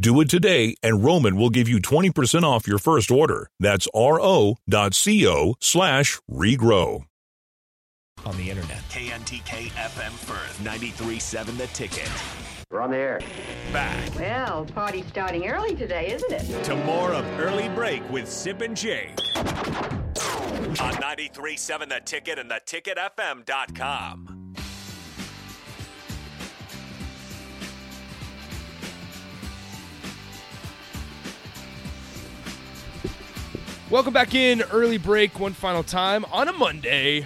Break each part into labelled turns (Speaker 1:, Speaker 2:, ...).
Speaker 1: Do it today, and Roman will give you 20% off your first order. That's ro.co slash regrow.
Speaker 2: On the internet.
Speaker 3: KNTK FM Firth, 93.7 The Ticket.
Speaker 4: We're on the air.
Speaker 3: Back
Speaker 5: Well, party's starting early today, isn't it?
Speaker 3: to more of Early Break with Sip and Jake. On 93.7 The Ticket and theticketfm.com.
Speaker 2: Welcome back in. Early break, one final time on a Monday.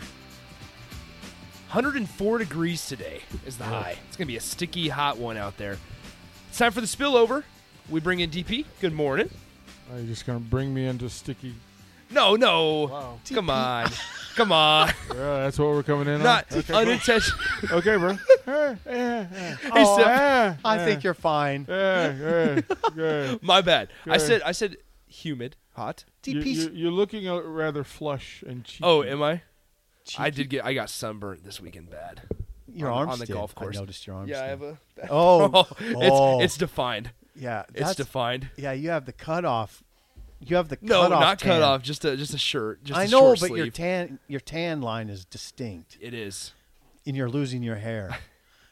Speaker 2: 104 degrees today is the high. It's going to be a sticky, hot one out there. It's time for the spillover. We bring in DP. Good morning.
Speaker 6: Are you just gonna bring me into sticky?
Speaker 2: No, no.
Speaker 6: Wow.
Speaker 2: Come on. Come on.
Speaker 6: Yeah, that's what we're coming in
Speaker 2: Not
Speaker 6: on. Oh, Okay,
Speaker 2: unintentional.
Speaker 6: cool. okay, bro. Ah,
Speaker 2: He said-
Speaker 7: I think you're fine.
Speaker 2: My bad. I
Speaker 6: Good.
Speaker 2: said I said humid, hot.
Speaker 7: DP's
Speaker 6: You, are looking uh, rather flush and cheap.
Speaker 2: Oh, am I? I did get I got sunburnt this weekend bad.
Speaker 7: your
Speaker 2: on-
Speaker 7: arms
Speaker 2: on the
Speaker 7: did.
Speaker 2: golf course.
Speaker 7: I noticed your arms.
Speaker 2: Yeah, I
Speaker 7: did.
Speaker 2: have a
Speaker 7: Oh, oh.
Speaker 2: It's it's defined.
Speaker 7: yeah.
Speaker 2: It's
Speaker 7: That's,
Speaker 2: defined.
Speaker 7: yeah, you have the cutoff. You have the
Speaker 2: No,
Speaker 7: cutoff.
Speaker 2: not
Speaker 7: tan.
Speaker 2: cut off. Just a just a shirt. Just
Speaker 7: I
Speaker 2: a
Speaker 7: know,
Speaker 2: short
Speaker 7: but your
Speaker 2: sleeve.
Speaker 7: tan your tan line is distinct,
Speaker 2: it is.
Speaker 7: and you're losing your hair.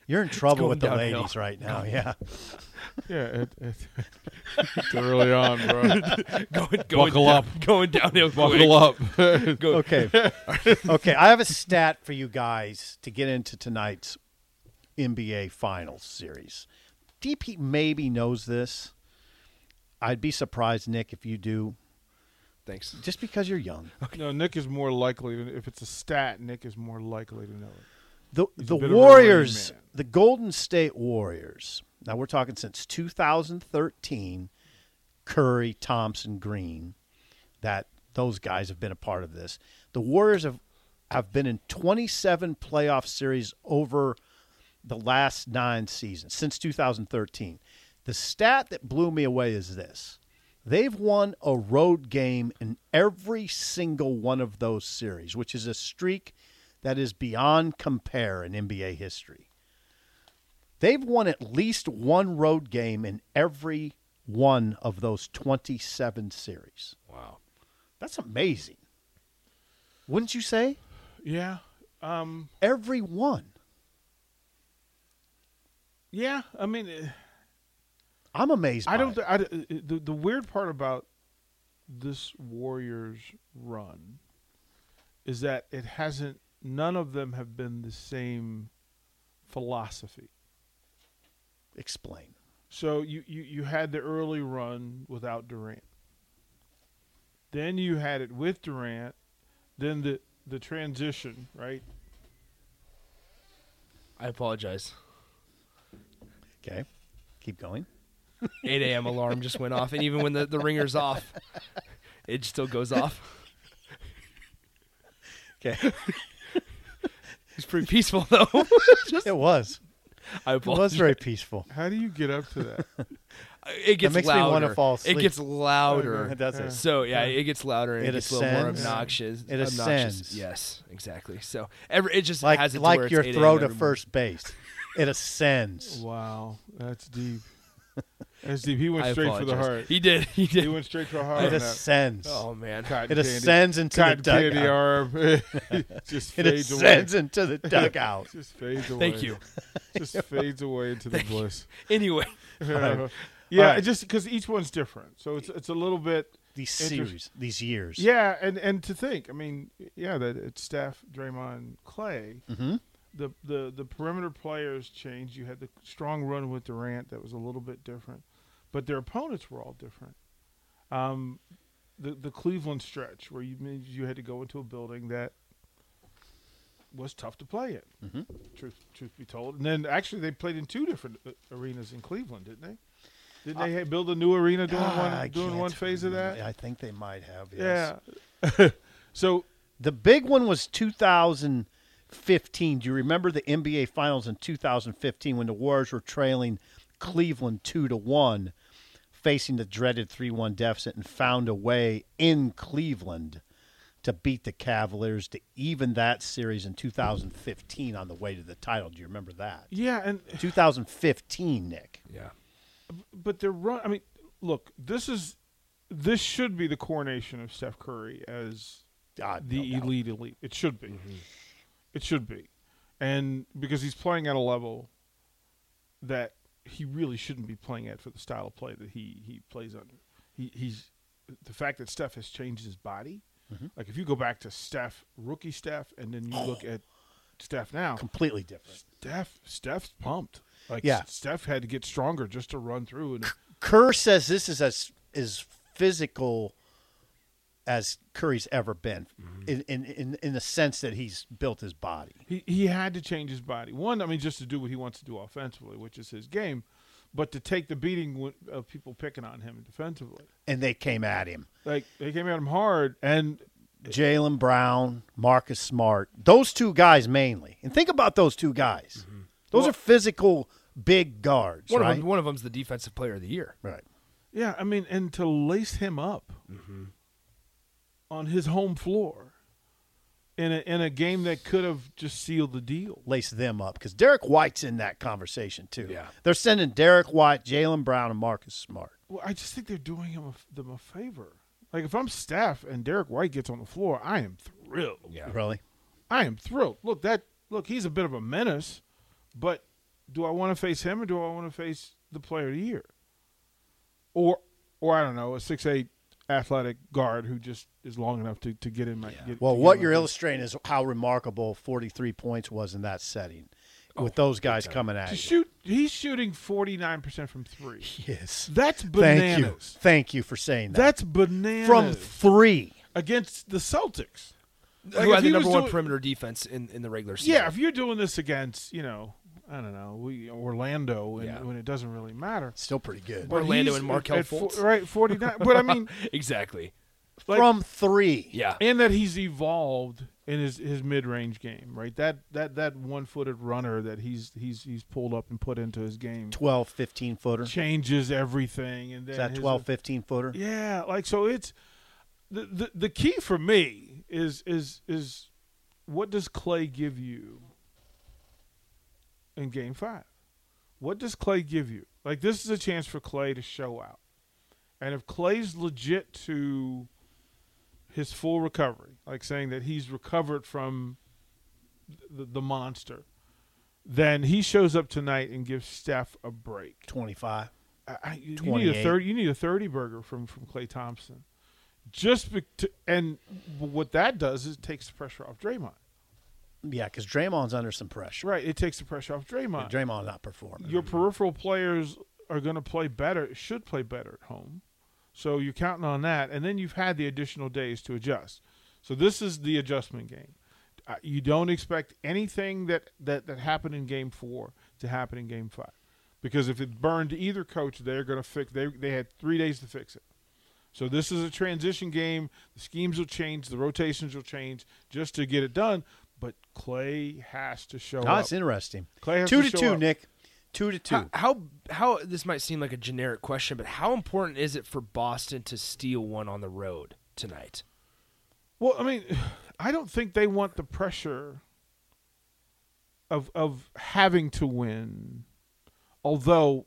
Speaker 7: You're in trouble
Speaker 2: going
Speaker 7: with the
Speaker 2: downhill.
Speaker 7: ladies right now. Yeah,
Speaker 6: Yeah, it, it, it's early on, bro.
Speaker 2: Going, going
Speaker 6: Buckle
Speaker 2: down,
Speaker 6: up.
Speaker 2: Going downhill.
Speaker 6: Buckle up.
Speaker 2: Go,
Speaker 7: Okay. okay. I have a stat for you guys to get into tonight's NBA Finals series. DP maybe knows this. I'd be surprised, Nick, if you do,
Speaker 2: Thanks.
Speaker 7: just because you're young.
Speaker 6: no, Nick is more likely to, if it's a stat. Nick is more likely to know it.
Speaker 7: The
Speaker 6: He's a
Speaker 7: the
Speaker 6: bit of a
Speaker 7: Warriors,
Speaker 6: rain man.
Speaker 7: the Golden State Warriors. Now we're talking since 2013, Curry, Thompson, Green, that those guys have been a part of this. The Warriors have have been in 27 playoff series over the last 9 seasons since 2013. The stat that blew me away is this. They've won a road game in every single one of those series, which is a streak that is beyond compare in NBA history. They've won at least one road game in every one of those 27 series.
Speaker 2: Wow.
Speaker 7: That's amazing. Wouldn't you say?
Speaker 6: Yeah. Um.
Speaker 7: Every one.
Speaker 6: Yeah. I mean. eh,
Speaker 7: I'm amazed.
Speaker 6: I
Speaker 7: by
Speaker 6: don't.
Speaker 7: it.
Speaker 6: Th- I, d- uh, the the weird part about this Warriors run is that it hasn't. None of them have been the same philosophy.
Speaker 7: explain.
Speaker 6: So you, you you had the early run without Durant. Then you had it with Durant. Then the the transition right.
Speaker 2: I apologize.
Speaker 7: Okay. Keep going.
Speaker 2: 8 a.m. alarm just went off, and even when the, the ringer's off, it still goes off.
Speaker 7: Okay.
Speaker 2: It's pretty peaceful though.
Speaker 7: it was.
Speaker 2: I
Speaker 7: It was
Speaker 2: apologize.
Speaker 7: very peaceful.
Speaker 6: How do you get up to that?
Speaker 2: It gets
Speaker 7: makes me
Speaker 2: louder.
Speaker 7: wanna fall
Speaker 2: It
Speaker 7: asleep.
Speaker 2: gets louder.
Speaker 7: It doesn't.
Speaker 2: So yeah, it gets louder and it,
Speaker 7: It
Speaker 2: gets a little more
Speaker 7: ascends.
Speaker 2: obnoxious.
Speaker 7: It
Speaker 2: obnoxious.
Speaker 7: ascends.
Speaker 2: Yes, exactly. So every it just
Speaker 7: Like
Speaker 2: has it to where
Speaker 7: like
Speaker 2: it's
Speaker 7: your
Speaker 2: 8
Speaker 7: throw
Speaker 2: a.m. every
Speaker 7: to
Speaker 2: morning.
Speaker 7: first base. It ascends.
Speaker 6: wow, that's deep. That's deep. He went
Speaker 2: I
Speaker 6: straight for the
Speaker 2: apologize.
Speaker 6: heart. He,
Speaker 2: He did. He did.
Speaker 6: went straight for the heart.
Speaker 7: It
Speaker 6: on that.
Speaker 7: ascends.
Speaker 2: Oh man.
Speaker 6: Cotton
Speaker 7: It
Speaker 6: candy.
Speaker 7: ascends into the
Speaker 6: Cotton candy
Speaker 7: dugout.
Speaker 6: arm. just
Speaker 7: It
Speaker 6: fades away.
Speaker 7: ascends into the dugout.
Speaker 6: Just fades away.
Speaker 2: Thank you.
Speaker 6: Just fades away into the bliss.
Speaker 2: Anyway,
Speaker 6: yeah,
Speaker 7: All right.
Speaker 6: it just because each one's different, so it's it's a little bit.
Speaker 7: these
Speaker 6: Inter-
Speaker 7: series, these years.
Speaker 6: Yeah, and and to think, I mean, yeah, that it's Steph, Draymond, Clay.
Speaker 7: Mm-hmm.
Speaker 6: The the the perimeter players changed. You had the strong run with Durant that was a little bit different, but their opponents were all different. Um, the the Cleveland stretch where you you had to go into a building that was tough to play in.
Speaker 7: Mm-hmm.
Speaker 6: Truth truth be told, and then actually they played in two different uh, arenas in Cleveland, didn't they? Didn't they ha- build a new arena doing
Speaker 7: Ah, Uh, I
Speaker 6: one doing
Speaker 7: can't
Speaker 6: one phase of
Speaker 7: remember.
Speaker 6: that?
Speaker 7: I think they might have. Yes.
Speaker 6: Yeah. so
Speaker 7: The big one was 2015. Do you remember the NBA Finals in 2015 when the Warriors were trailing Cleveland 2 to 1, facing the dreaded 3 1 deficit, and found a way in Cleveland to beat the Cavaliers to even that series in 2015 on the way to the title? Do you remember that?
Speaker 6: yeah, and
Speaker 7: 2015, Nick.
Speaker 2: Yeah.
Speaker 6: but they're run. I mean, look, this is this should be the coronation of Steph Curry as
Speaker 7: God,
Speaker 6: the
Speaker 7: Ah, no doubt. Mm-hmm.
Speaker 6: elite elite. It should be. It should be, and because he's playing at a level that he really shouldn't be playing at for the style of play that he he plays under. He, he's the fact that Steph has changed his body.
Speaker 7: Mm-hmm.
Speaker 6: Like if you go back to Steph, rookie Steph, and then you look at Steph now,
Speaker 7: Completely different.
Speaker 6: Steph, Steph's pumped. Like
Speaker 7: Yeah.
Speaker 6: Steph had to get stronger just to run through, and
Speaker 7: Kerr says this is as is physical as Curry's ever been,
Speaker 2: Mm-hmm.
Speaker 7: in, in in in the sense that he's built his body.
Speaker 6: he he had to change his body. One, I mean, just to do what he wants to do offensively, which is his game, but to take the beating wi- of people picking on him defensively.
Speaker 7: And they came at him.
Speaker 6: Like they came at him hard, and
Speaker 7: Jalen Brown, Marcus Smart, those two guys mainly. And think about those two guys. Those are physical big guards,
Speaker 2: Mm-hmm. One,
Speaker 7: right?
Speaker 2: of them, one of them's the defensive player of the year.
Speaker 7: right.
Speaker 6: yeah, I mean, and to lace him up on his home floor in a, in a game that could have just sealed the deal.
Speaker 7: Lace them up because Derek White's in that conversation too.
Speaker 2: Yeah.
Speaker 7: They're sending Derek White, Jalen Brown, and Marcus Smart.
Speaker 6: Well, I just think they're doing him a, f- them a favor. Like if I'm Steph and Derek White gets on the floor, I am thrilled.
Speaker 2: Yeah.
Speaker 7: Really?
Speaker 6: I am thrilled. Look, that look, he's a bit of a menace, but do I want to face him or do I want to face the player of the year? Or or I don't know, a six eight athletic guard who just is long enough to, to get in my get,
Speaker 7: Well,
Speaker 6: to get
Speaker 7: what
Speaker 6: in
Speaker 7: you're
Speaker 6: my-
Speaker 7: illustrating is how remarkable 43 points was in that setting with those guys coming at
Speaker 6: to
Speaker 7: you.
Speaker 6: shoot he's shooting forty nine percent from three.
Speaker 7: Yes.
Speaker 6: That's
Speaker 7: Thank you.
Speaker 6: bananas.
Speaker 7: Thank you for saying that.
Speaker 6: That's bananas
Speaker 7: from three.
Speaker 6: against the Celtics. Like,
Speaker 2: Who
Speaker 6: if
Speaker 2: had the
Speaker 6: he was
Speaker 2: number one
Speaker 6: doing-
Speaker 2: perimeter defense in, in the regular season?
Speaker 6: Yeah, if you're doing this against, you know, I don't know, we, Orlando, and,
Speaker 2: Yeah.
Speaker 6: when it doesn't really matter.
Speaker 7: Still pretty good.
Speaker 6: But
Speaker 2: Orlando
Speaker 6: he's
Speaker 2: and Markelle
Speaker 6: at fo-
Speaker 2: Fultz.
Speaker 6: right, forty nine. But I mean,
Speaker 2: exactly.
Speaker 6: like,
Speaker 7: from three.
Speaker 2: Yeah.
Speaker 6: and that he's evolved in his, his mid range game, right? That that that one footed runner that he's he's he's pulled up and put into his game
Speaker 7: 12, 15 footer. Is
Speaker 6: changes everything. And then
Speaker 7: that
Speaker 6: his-
Speaker 7: 12, 15 footer?
Speaker 6: Yeah, like so. It's the, the the key for me is is is what does Clay give you in Game Five? What does Clay give you? Like this is a chance for Clay to show out, and if Clay's legit to his full recovery, like saying that he's recovered from the, the monster, then he shows up tonight and gives Steph a break.
Speaker 7: 25.
Speaker 6: I- I, you you need a
Speaker 7: 28.
Speaker 6: thirty. You need a thirty burger from from Clay Thompson. Just be, to, and what that does is it takes the pressure off Draymond.
Speaker 7: Yeah, because Draymond's under some pressure.
Speaker 6: Right, it takes the pressure off Draymond.
Speaker 7: Draymond's not performing.
Speaker 6: Your peripheral players are going to play better. Should play better at home. So you're counting on that, and then you've had the additional days to adjust. So this is the adjustment game. Uh, You don't expect anything that that that happened in Game Four to happen in Game Five, because if it burned either coach, they're going to fix. They they had three days to fix it. So this is a transition game. The schemes will change, the rotations will change, just to get it done. But Clay has to show
Speaker 7: Oh,
Speaker 6: up.
Speaker 7: that's interesting.
Speaker 6: Clay has
Speaker 7: two
Speaker 6: to
Speaker 7: to,
Speaker 6: show
Speaker 7: two,
Speaker 6: up. Ah,
Speaker 7: Nick. Two to two.
Speaker 2: How, how how this might seem like a generic question, but how important is it for Boston to steal one on the road tonight?
Speaker 6: Well, I mean, I don't think they want the pressure of of having to win. Although,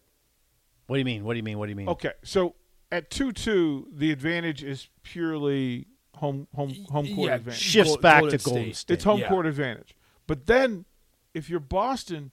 Speaker 7: What do you mean? What do you mean? What do you
Speaker 2: Mm.
Speaker 7: mean?
Speaker 6: okay, so at two two, the advantage is purely home home home court
Speaker 2: Yeah,
Speaker 6: advantage.
Speaker 7: Shifts
Speaker 2: Gold-
Speaker 7: back
Speaker 2: Golden
Speaker 7: to Golden
Speaker 2: State.
Speaker 7: State.
Speaker 6: It's home
Speaker 2: Yeah.
Speaker 6: court advantage. But then, if you're Boston,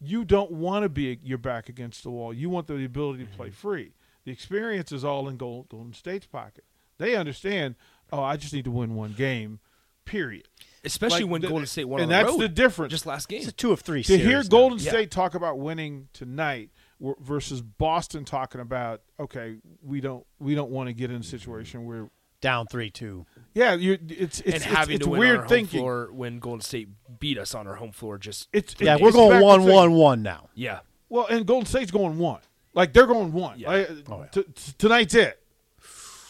Speaker 6: you don't want to be your back
Speaker 2: Mm-hmm.
Speaker 6: against the wall. You want the ability to play free. The experience is all in Gold, Golden State's pocket. They understand. Oh, I just need to win one game. Period.
Speaker 2: especially
Speaker 6: Like,
Speaker 2: when
Speaker 6: the-
Speaker 2: Golden State won on
Speaker 6: and that's
Speaker 2: the road.
Speaker 6: the difference.
Speaker 2: Just last game.
Speaker 7: It's a two of three
Speaker 6: to
Speaker 7: series
Speaker 6: hear
Speaker 7: now.
Speaker 6: Golden
Speaker 2: Yeah.
Speaker 6: State talk about winning tonight w- versus Boston talking about okay, we don't we don't want to get in a situation where
Speaker 7: down three two.
Speaker 6: yeah, you it's it's
Speaker 2: and
Speaker 6: it's,
Speaker 2: having
Speaker 6: it's
Speaker 2: to win on
Speaker 6: weird
Speaker 2: our
Speaker 6: thinking.
Speaker 2: home floor when Golden State beat us on our home floor. Just
Speaker 6: It's
Speaker 7: Yeah,
Speaker 6: it's
Speaker 7: we're going
Speaker 6: back to
Speaker 7: one
Speaker 6: thing-
Speaker 7: one one now.
Speaker 2: yeah,
Speaker 6: Well, and Golden State's going one. Like they're going one.
Speaker 2: Yeah. Mm-hmm.
Speaker 6: Like,
Speaker 7: Oh, yeah.
Speaker 6: t- t- tonight's it.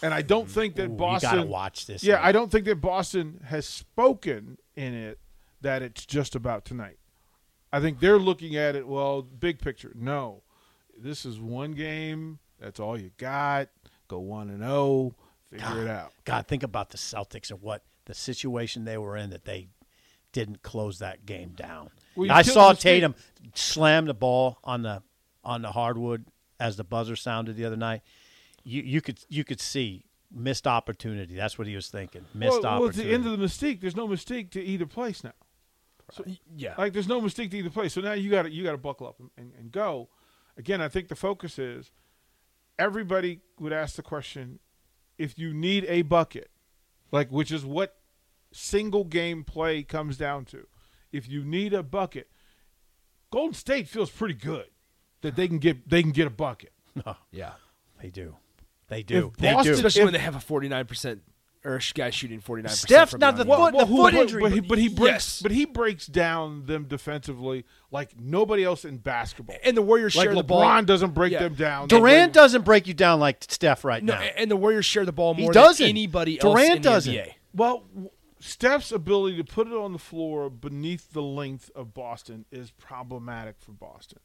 Speaker 6: And I don't think that
Speaker 7: Ooh,
Speaker 6: Boston
Speaker 7: you gotta watch this.
Speaker 6: Yeah,
Speaker 7: now.
Speaker 6: I don't think that Boston has spoken in it that it's just about tonight. I think they're looking at it, well, big picture. No. This is one game. That's all you got. Go 1 and 0. Figure it out.
Speaker 7: God, think about the Celtics and what the situation they were in that they didn't close that game down.
Speaker 6: Well, you
Speaker 7: I
Speaker 6: killed
Speaker 7: saw
Speaker 6: the speed.
Speaker 7: Tatum slam the ball on the on the hardwood as the buzzer sounded the other night. You you could you could see missed opportunity. That's what he was thinking.
Speaker 6: well,
Speaker 7: Missed
Speaker 6: well, it's
Speaker 7: opportunity.
Speaker 6: the end of the mystique. There's no mystique to either place now.
Speaker 2: yeah.
Speaker 6: Like there's no mistake to either place. So now you got to you got to buckle up and, and, and go. Again, I think the focus is everybody would ask the question if you need a bucket, like which is what single game play comes down to. If you need a bucket, Golden State feels pretty good that they can get they can get a bucket.
Speaker 2: yeah.
Speaker 7: they do. They do.
Speaker 6: If
Speaker 7: They
Speaker 6: Boston-
Speaker 7: do.
Speaker 2: Especially
Speaker 6: If-
Speaker 2: when they have a forty nine percent or a guy shooting forty nine.
Speaker 7: Steph's not the foot- the
Speaker 6: but-
Speaker 7: foot injury,
Speaker 6: but he,
Speaker 7: but-
Speaker 6: but he breaks,
Speaker 2: yes.
Speaker 6: but he breaks down them defensively like nobody else in basketball.
Speaker 2: And the Warriors
Speaker 6: like
Speaker 2: share the ball.
Speaker 6: LeBron doesn't break
Speaker 2: Yeah.
Speaker 6: them down.
Speaker 7: Durant doesn't break you down like Steph right
Speaker 2: No,
Speaker 7: now.
Speaker 6: eh,
Speaker 2: and the Warriors share the ball
Speaker 7: He
Speaker 2: more
Speaker 7: doesn't.
Speaker 2: than anybody else
Speaker 7: Durant
Speaker 2: in
Speaker 7: doesn't.
Speaker 2: the NBA.
Speaker 6: Well, w- Steph's ability to put it on the floor beneath the length of Boston is problematic for Boston.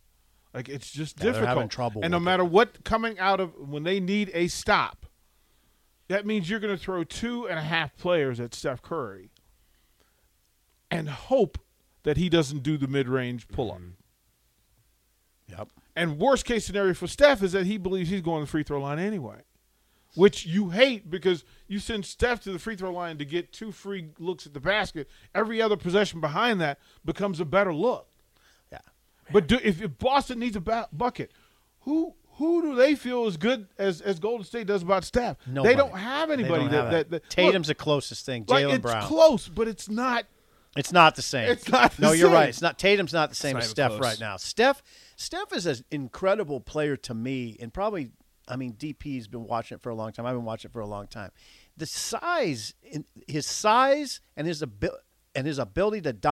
Speaker 6: Like it's just
Speaker 7: Yeah, they're
Speaker 6: difficult.
Speaker 7: having trouble
Speaker 6: and no
Speaker 7: with it.
Speaker 6: matter what coming out of when they need a stop, that means you're going to throw two and a half players at Steph Curry and hope that he doesn't do the mid-range pull-up.
Speaker 7: Mm-hmm. Yep.
Speaker 6: And worst case scenario for Steph is that he believes he's going to the free throw line anyway, which you hate because you send Steph to the free throw line to get two free looks at the basket. Every other possession behind that becomes a better look.
Speaker 7: Yeah.
Speaker 6: But do, if, if Boston needs a ba- bucket, who who do they feel as good as, as Golden State does about Steph?
Speaker 7: Nobody.
Speaker 6: They don't have
Speaker 7: They
Speaker 6: anybody
Speaker 7: don't
Speaker 6: that,
Speaker 7: have
Speaker 6: that, that
Speaker 7: Tatum's
Speaker 6: look,
Speaker 7: the closest thing.
Speaker 6: like,
Speaker 7: Jalen
Speaker 6: it's
Speaker 7: Brown.
Speaker 6: close, but it's not.
Speaker 7: It's not the same.
Speaker 6: It's not the
Speaker 7: no, you're
Speaker 6: same.
Speaker 7: right. It's not Tatum's not the same
Speaker 2: not
Speaker 7: as
Speaker 2: even
Speaker 7: Steph
Speaker 2: close.
Speaker 7: right now. Steph Steph is an incredible player to me, and probably I mean DP's been watching it for a long time. I've been watching it for a long time. The size, in- his size, and his ability and his ability to dodge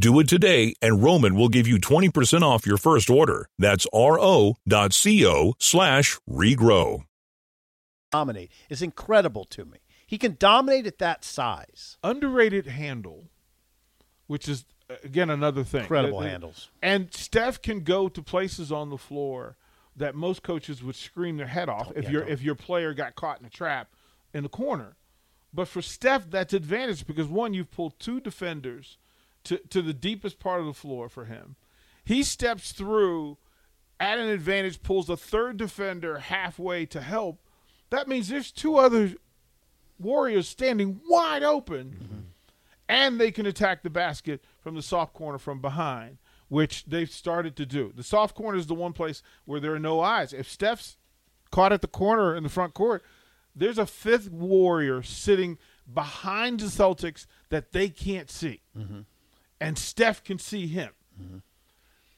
Speaker 1: Do it today, and Roman will give you 20% off your first order. That's ro.co slash regrow.
Speaker 7: dominate is incredible to me. He can dominate at that size.
Speaker 6: underrated handle, which is uh, again another thing.
Speaker 7: Incredible
Speaker 6: That- that-
Speaker 7: handles.
Speaker 6: And Steph can go to places on the floor that most coaches would scream their head off if
Speaker 7: yeah,
Speaker 6: your
Speaker 7: don't.
Speaker 6: if your player got caught in a trap in the corner. But for Steph, that's advantage because one, you've pulled two defenders to, to the deepest part of the floor for him. He steps through at an advantage, pulls a third defender halfway to help. That means there's two other Warriors standing wide open, and they can attack the basket from the soft corner from behind, which they've started to do. The soft corner is the one place where there are no eyes. If Steph's caught at the corner in the front court, there's a fifth Warrior sitting behind the Celtics that they can't see, and Steph can see him.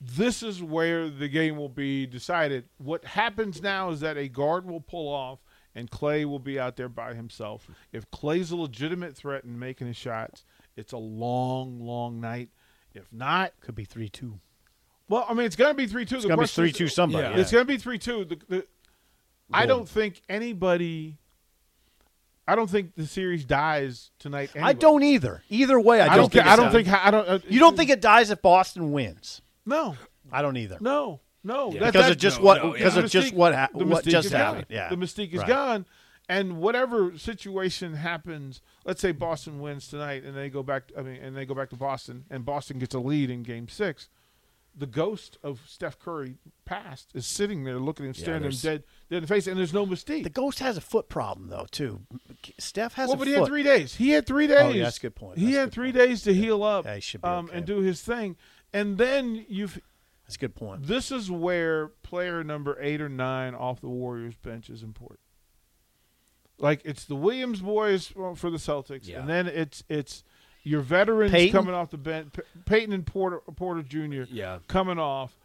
Speaker 6: This is where the game will be decided. What happens now is that a guard will pull off and Clay will be out there by himself. If Clay's a legitimate threat in making his shots, it's a long, long night. If not,
Speaker 7: Could be three two.
Speaker 6: Well, I mean, it's going to be three two. It's
Speaker 7: gonna be 3-2 somebody, yeah.
Speaker 6: It's going to be three two. The, the, I don't think anybody. I don't think the series dies tonight. Anyway.
Speaker 7: I don't either. Either way, I,
Speaker 6: I don't.
Speaker 7: think
Speaker 6: think I
Speaker 7: it's
Speaker 6: don't
Speaker 7: done.
Speaker 6: think. I don't. uh,
Speaker 7: you don't think it dies if Boston wins.
Speaker 6: No.
Speaker 7: I don't either.
Speaker 6: No. No. that-
Speaker 7: Because
Speaker 6: that-
Speaker 7: of just
Speaker 6: no,
Speaker 7: what-
Speaker 6: no,
Speaker 7: because
Speaker 6: yeah.
Speaker 7: of just
Speaker 6: The
Speaker 7: what hap-
Speaker 6: the
Speaker 7: what
Speaker 6: mystique
Speaker 7: just
Speaker 6: is gone.
Speaker 7: happened. Yeah.
Speaker 6: The mystique is
Speaker 7: Right.
Speaker 6: gone, and whatever situation happens, let's say Boston wins tonight, and they go back. I mean, and they go back to Boston, and Boston gets a lead in Game Six. The ghost of Steph Curry past is sitting there looking and staring him
Speaker 4: there's-
Speaker 6: dead, dead in the face, and there's no mystique.
Speaker 7: The ghost has a foot problem though too. Steph has
Speaker 6: well,
Speaker 7: a
Speaker 6: but
Speaker 7: foot.
Speaker 6: he had three days. He had three days.
Speaker 7: Oh, yeah, that's a good point.
Speaker 6: He
Speaker 7: That's a
Speaker 6: had
Speaker 7: good
Speaker 6: three
Speaker 7: point.
Speaker 6: days to heal up
Speaker 7: Yeah, he should be
Speaker 6: um,
Speaker 7: okay.
Speaker 6: and do his thing, and then you've
Speaker 7: That's a good point.
Speaker 6: this is where player number eight or nine off the Warriors bench is important. Like it's the Williams boys well, for the Celtics,
Speaker 4: Yeah.
Speaker 6: and then it's it's your veterans
Speaker 7: Peyton?
Speaker 6: coming off the bench, P- Peyton and Porter Porter Jr.
Speaker 4: Yeah.
Speaker 6: coming off.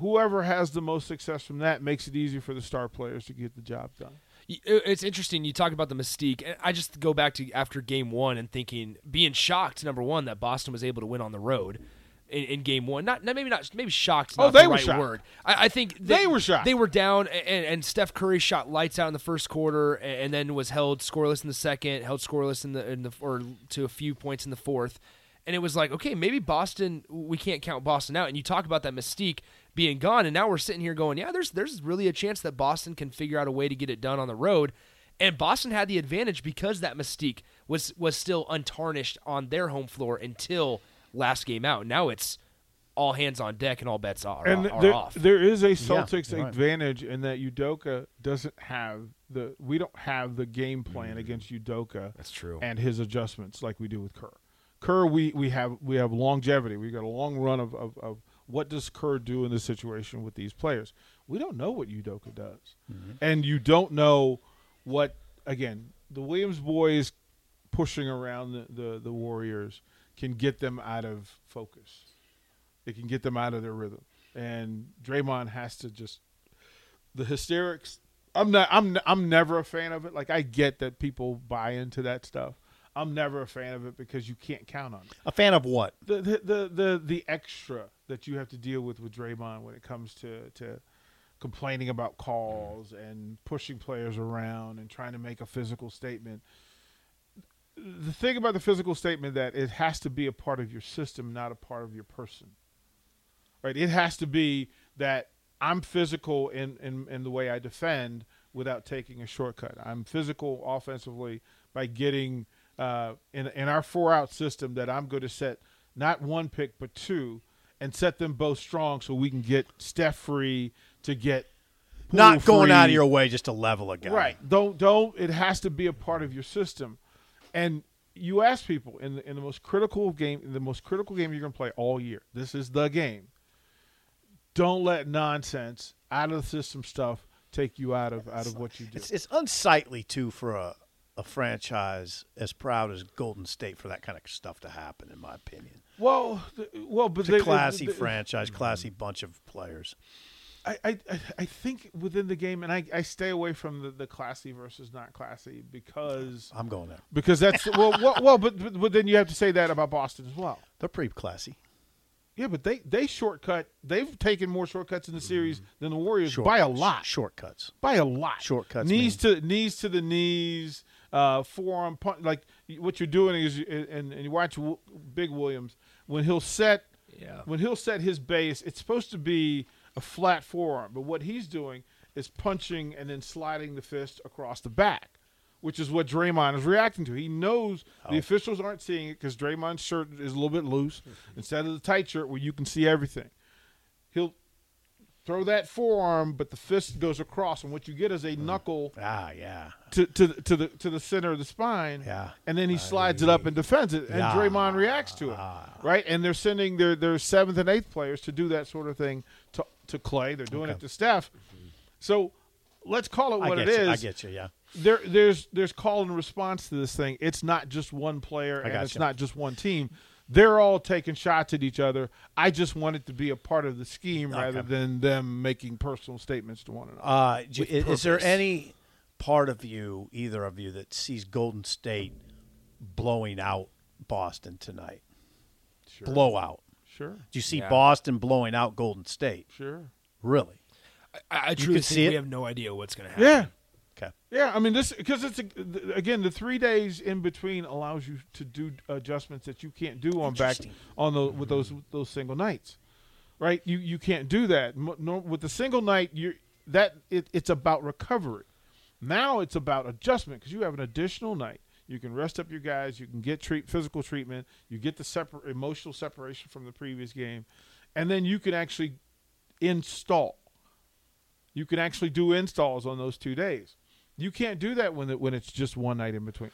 Speaker 6: Whoever has the most success from that makes it easier for the star players to get the job done.
Speaker 2: Y- it- It's interesting. You talk about the mystique, and I just go back to after game one and thinking, being shocked. Number one, that Boston was able to win on the road in, in game one. Not, not maybe not maybe shocked.
Speaker 6: Oh,
Speaker 2: not the
Speaker 6: they were
Speaker 2: right
Speaker 6: shocked.
Speaker 2: word. I, I think
Speaker 6: They were shocked.
Speaker 2: They were down, a- and, and Steph Curry shot lights out in the first quarter, a- and, then was held scoreless in the second, held scoreless in the in the or to a few points in the fourth, and it was like, okay, maybe Boston. We can't count Boston out. And you talk about that mystique being gone, and now we're sitting here going, yeah, there's there's really a chance that Boston can figure out a way to get it done on the road. And Boston had the advantage because that mystique was was still untarnished on their home floor until last game out. Now it's all hands on deck and all bets are,
Speaker 6: and
Speaker 2: are
Speaker 6: there,
Speaker 2: off.
Speaker 6: there is a Celtics
Speaker 7: you're right.
Speaker 6: advantage in that Udoka doesn't have the we don't have the game plan against Udoka.
Speaker 4: That's true.
Speaker 6: And his adjustments like we do with Kerr. Kerr, we, we have we have longevity. We got a long run of, of, of what does Kerr do in this situation with these players? We don't know what Udoka does, and you don't know what again the Williams boys pushing around the, the, the Warriors can get them out of focus it can get them out of their rhythm. And Draymond has to just the hysterics. I'm not. I'm. I'm never a fan of it. Like I get that people buy into that stuff. I'm never a fan of it because you can't count on it.
Speaker 7: A fan of what?
Speaker 6: The the the the, the extra that you have to deal with with Draymond when it comes to to complaining about calls and pushing players around and trying to make a physical statement. The thing about the physical statement that it has to be a part of your system, not a part of your person right? It has to be that I'm physical in, in, in the way I defend without taking a shortcut. I'm physical offensively by getting uh, in, in our four out system that I'm going to set not one pick, but two, and set them both strong so we can get Steph free to get. Poole
Speaker 7: Not going
Speaker 6: free.
Speaker 7: out of your way just to level a guy.
Speaker 6: Right. Don't don't. It has to be a part of your system, and you ask people in the, in the most critical game, in the most critical game you're going to play all year. This is the game. Don't let nonsense out of the system stuff take you out of out of what you do.
Speaker 7: It's, it's unsightly too for a, a franchise as proud as Golden State for that kind of stuff to happen, in my opinion.
Speaker 6: Well, th- well, but
Speaker 7: It's a
Speaker 6: they-
Speaker 7: classy
Speaker 6: they-
Speaker 7: franchise, classy bunch of players.
Speaker 6: I, I I- I think within the game, and I, I stay away from the, the classy versus not classy because
Speaker 7: I'm going there.
Speaker 6: because that's well well, well but, but but then you have to say that about Boston as well.
Speaker 7: They're pretty classy.
Speaker 6: Yeah, but they they shortcut. They've taken more shortcuts in the series than the Warriors by a lot.
Speaker 7: Shortcuts.
Speaker 6: by a lot.
Speaker 7: Shortcuts
Speaker 6: Knees to knees to the knees. Uh, forearm punch. Like what you're doing is, and, and you watch w- Big Williams when he'll set.
Speaker 2: Yeah.
Speaker 6: When he'll set his base, it's supposed to be a flat forearm, but what he's doing is punching and then sliding the fist across the back, which is what Draymond is reacting to. He knows the officials aren't seeing it because Draymond's shirt is a little bit loose instead of the tight shirt where you can see everything. He'll throw that forearm, but the fist goes across, and what you get is a knuckle
Speaker 7: Ah, yeah.
Speaker 6: to, to the to the to the center of the spine.
Speaker 7: Yeah.
Speaker 6: and then he slides it up and defends it, and
Speaker 7: Yeah. Ah.
Speaker 6: Draymond reacts to it. Right, and they're sending their their seventh and eighth players to do that sort of thing to to Clay. They're doing it to Steph. So let's call it
Speaker 7: I
Speaker 6: what
Speaker 7: get
Speaker 6: it is.
Speaker 7: you. I get you. Yeah.
Speaker 6: There, there's there's call and response to this thing. It's not just one player, and it's
Speaker 7: gotcha.
Speaker 6: not just one team. They're all taking shots at each other. I just want it to be a part of the scheme rather than them making personal statements to one another.
Speaker 7: Uh, j- is, is there any part of you, either of you, that sees Golden State blowing out Boston tonight? Blowout.
Speaker 6: Sure,
Speaker 7: Do you see
Speaker 2: Yeah.
Speaker 7: Boston blowing out Golden State?
Speaker 6: sure.
Speaker 7: Really?
Speaker 2: I, I
Speaker 7: can
Speaker 2: truly
Speaker 7: see
Speaker 2: think
Speaker 7: it.
Speaker 2: we have no idea what's going to happen.
Speaker 6: Yeah,
Speaker 7: Okay.
Speaker 6: yeah. I mean, this because it's a, th- again the three days in between allows you to do adjustments that you can't do on back
Speaker 7: Interesting.
Speaker 6: on the with those with those single nights, right? You you can't do that Mo- nor- with the single night. You that it, it's about recovery. Now it's about adjustment because you have an additional night. You can rest up your guys. You can get treat physical treatment. You get the separ- emotional separation from the previous game, and then you can actually install. You can actually do installs on those two days. You can't do that when it, when it's just one night in between.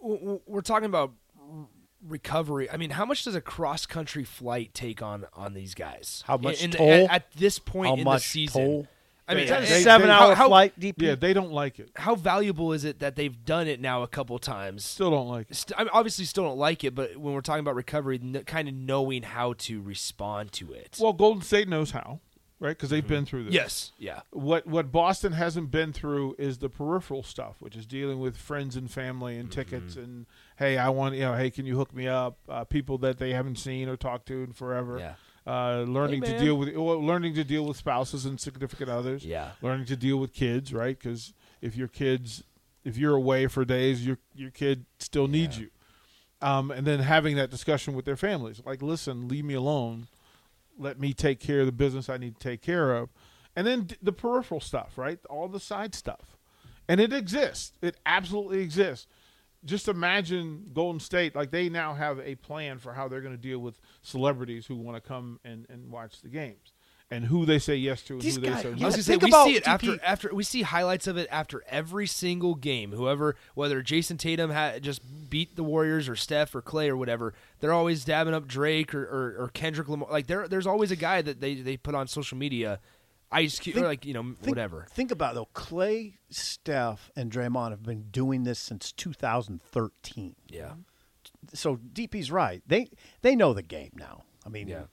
Speaker 2: W- w- We're talking about r- recovery. I mean, how much does a cross country flight take on on these guys?
Speaker 7: How much
Speaker 2: in, in-
Speaker 7: toll?
Speaker 2: At, at this point
Speaker 7: How
Speaker 2: in
Speaker 7: much
Speaker 2: the season?
Speaker 7: toll?
Speaker 2: I mean,
Speaker 6: Is that a
Speaker 2: how-
Speaker 7: seven-hour
Speaker 2: how-
Speaker 7: flight, DP?
Speaker 6: Yeah, they don't like it.
Speaker 2: How valuable is it that they've done it now a couple times?
Speaker 6: Still don't like it.
Speaker 2: St- I mean, obviously, still don't like it, but when we're talking about recovery, n- kind of knowing how to respond to it.
Speaker 6: Well, Golden State knows how, right? Because they've been through this.
Speaker 2: yes, yeah.
Speaker 6: What what Boston hasn't been through is the peripheral stuff, which is dealing with friends and family and tickets
Speaker 2: Mm-hmm.
Speaker 6: and hey, I want you know, hey, can you hook me up? Uh, people that they haven't seen or talked to in forever.
Speaker 2: Yeah.
Speaker 6: Uh, learning
Speaker 2: Hey,
Speaker 6: to
Speaker 2: man.
Speaker 6: deal with well, learning to deal with spouses and significant others.
Speaker 2: Yeah.
Speaker 6: learning to deal with kids, right? Because if your kids, if you're away for days, your your kid still needs you. Um, and then having that discussion with their families, like, listen, leave me alone, let me take care of the business I need to take care of, and then d- the peripheral stuff, right? All the side stuff, and it exists. It absolutely exists. Just imagine Golden State, like they now have a plan for how they're going to deal with celebrities who want to come and, and watch the games, and who they say yes to, and
Speaker 7: These
Speaker 6: who they
Speaker 7: guys-
Speaker 6: say
Speaker 7: yeah,
Speaker 6: no.
Speaker 2: I was gonna say
Speaker 7: think
Speaker 2: we
Speaker 7: about
Speaker 2: see it after
Speaker 7: DP.
Speaker 2: after we see highlights of it after every single game. Whoever, whether Jason Tatum had just beat the Warriors or Steph or Clay or whatever, they're always dabbing up Drake or, or, or Kendrick Lamar. Like there, there's always a guy that they, they put on social media, Ice Cube, or
Speaker 7: Think-
Speaker 2: like you know
Speaker 7: Think-
Speaker 2: whatever.
Speaker 7: Think about it, though. Clay, Steph, and Draymond have been doing this since 2013.
Speaker 2: Yeah,
Speaker 7: So DP's right. They they know the game now. I mean,
Speaker 2: Yeah.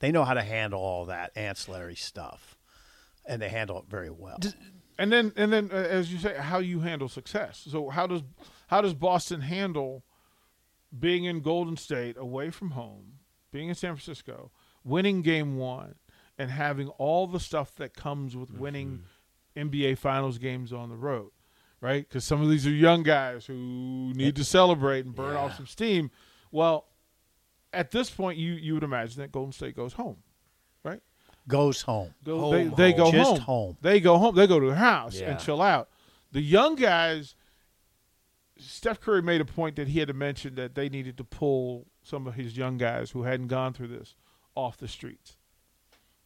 Speaker 7: they know how to handle all that ancillary stuff, and they handle it very well.
Speaker 6: And then, and then, uh, as you say, how you handle success. So how does how does Boston handle being in Golden State, away from home, being in San Francisco, winning Game One, and having all the stuff that comes with winning NBA Finals games on the road, right? Because some of these are young guys who need to celebrate and burn off some steam. Well, at this point, you you would imagine that Golden State goes home, right?
Speaker 7: Goes home.
Speaker 6: Go,
Speaker 2: Home,
Speaker 6: they, they
Speaker 2: home.
Speaker 6: go
Speaker 7: Just
Speaker 6: home.
Speaker 7: home.
Speaker 6: They go home. They go to their house
Speaker 2: Yeah.
Speaker 6: and chill out. The young guys, Steph Curry made a point that he had to mention that they needed to pull some of his young guys who hadn't gone through this off the streets.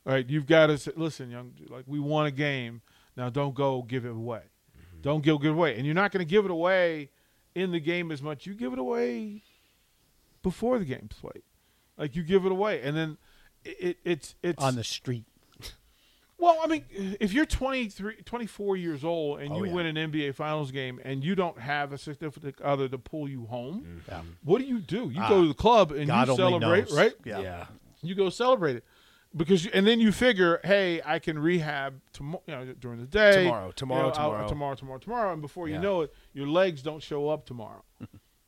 Speaker 6: All right, you've got to say, listen, young. Like we won a game now. Don't go give it away.
Speaker 7: Mm-hmm.
Speaker 6: Don't go give it away. And you're not going to give it away in the game as much. You give it away before the game's played. Like you give it away, and then it, it, it's it's
Speaker 7: on the street.
Speaker 6: well, I mean, if you're 23, 24 years old and
Speaker 7: Oh,
Speaker 6: you
Speaker 7: yeah.
Speaker 6: win an NBA Finals game and you don't have a significant other to pull you home,
Speaker 7: Yeah.
Speaker 6: what do you do? You
Speaker 7: Mm-hmm. Ah,
Speaker 6: go to the club and
Speaker 7: God
Speaker 6: you
Speaker 7: only
Speaker 6: celebrate,
Speaker 7: knows.
Speaker 6: right?
Speaker 7: Yeah.
Speaker 6: You go celebrate it because, you, and then you figure, hey, I can rehab tomorrow, you know, during the day,
Speaker 2: Tomorrow, tomorrow,
Speaker 6: you know, out-
Speaker 2: tomorrow.
Speaker 6: tomorrow, tomorrow, tomorrow, and before you
Speaker 2: Yeah.
Speaker 6: know it, your legs don't show up tomorrow,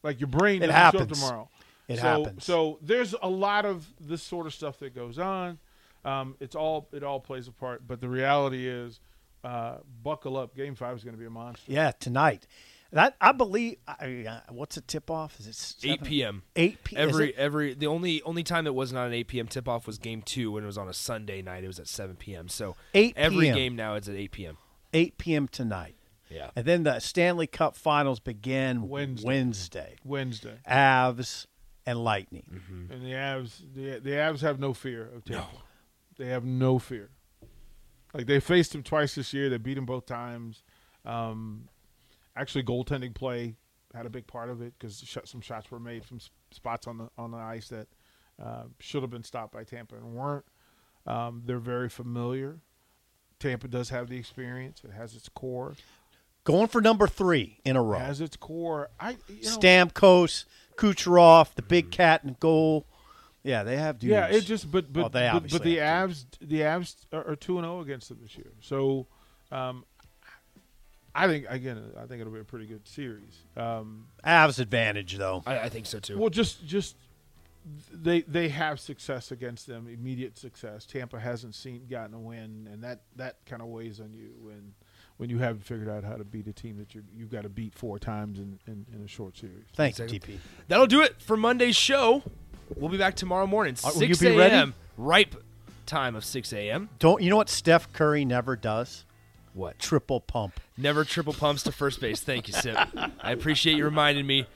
Speaker 6: like your brain
Speaker 7: It
Speaker 6: doesn't show up
Speaker 7: happens.
Speaker 6: tomorrow.
Speaker 7: It
Speaker 6: so,
Speaker 7: happens.
Speaker 6: So there's a lot of this sort of stuff that goes on. Um, it's all it all plays a part, but the reality is, uh, buckle up. Game five is going to be a monster.
Speaker 7: Yeah, tonight. That I believe. I, uh, what's a tip off? Is it
Speaker 2: eight
Speaker 7: seven?
Speaker 2: p.m.
Speaker 7: Eight p.m. is
Speaker 2: Every
Speaker 7: it?
Speaker 2: every the only only time that wasn't on an eight p.m. tip off was game two when it was on a Sunday night. It was at seven p.m. So
Speaker 7: 8
Speaker 2: every
Speaker 7: p.m..
Speaker 2: game now is at eight p.m.
Speaker 7: eight p.m. tonight.
Speaker 2: Yeah.
Speaker 7: And then the Stanley Cup Finals begin
Speaker 6: Wednesday.
Speaker 7: Wednesday.
Speaker 6: Wednesday,
Speaker 7: Avs and Lightning.
Speaker 2: Mm-hmm.
Speaker 6: and the Avs the the Avs have no fear of Tampa. They have no fear. Like they faced him twice this year. They beat him both times. Um, actually, goaltending play had a big part of it because some shots were made from s- spots on the on the ice that uh, should have been stopped by Tampa and weren't. Um, they're very familiar. Tampa does have the experience. It has its core.
Speaker 7: Going for number three in
Speaker 6: It
Speaker 7: a row.
Speaker 6: has its core. I you know,
Speaker 7: Stamkos, Kucherov, the
Speaker 2: Mm-hmm.
Speaker 7: big cat in goal. Yeah, they have dudes.
Speaker 6: Yeah, it just but but
Speaker 7: Well, they
Speaker 6: but,
Speaker 7: obviously
Speaker 6: but the
Speaker 7: have
Speaker 6: Avs the Avs are two and zero against them this year. So, um, I think again, I think it'll be a pretty good series. Um,
Speaker 7: Avs advantage though.
Speaker 2: I, I think so too.
Speaker 6: well, just just they they have success against them, immediate success. Tampa hasn't seen gotten a win, and that that kind of weighs on you when when you haven't figured out how to beat a team that you you've got to beat four times in, in, in a short series.
Speaker 7: Thanks,
Speaker 2: Second.
Speaker 7: TP.
Speaker 2: That'll do it for Monday's show. We'll be back tomorrow morning,
Speaker 7: Uh, will you
Speaker 2: six
Speaker 7: be ready?
Speaker 2: a.m. Ripe time of six a.m.
Speaker 7: Don't you know what Steph Curry never does?
Speaker 2: What?
Speaker 7: Triple pump.
Speaker 2: Never triple pumps to first base. Thank you, Sip. I appreciate you reminding me.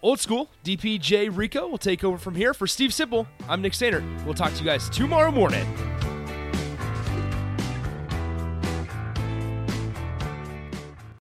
Speaker 2: Old school DPJ Rico will take over from here. For Steve Sipple, I'm Nick Sainer. We'll talk to you guys tomorrow morning.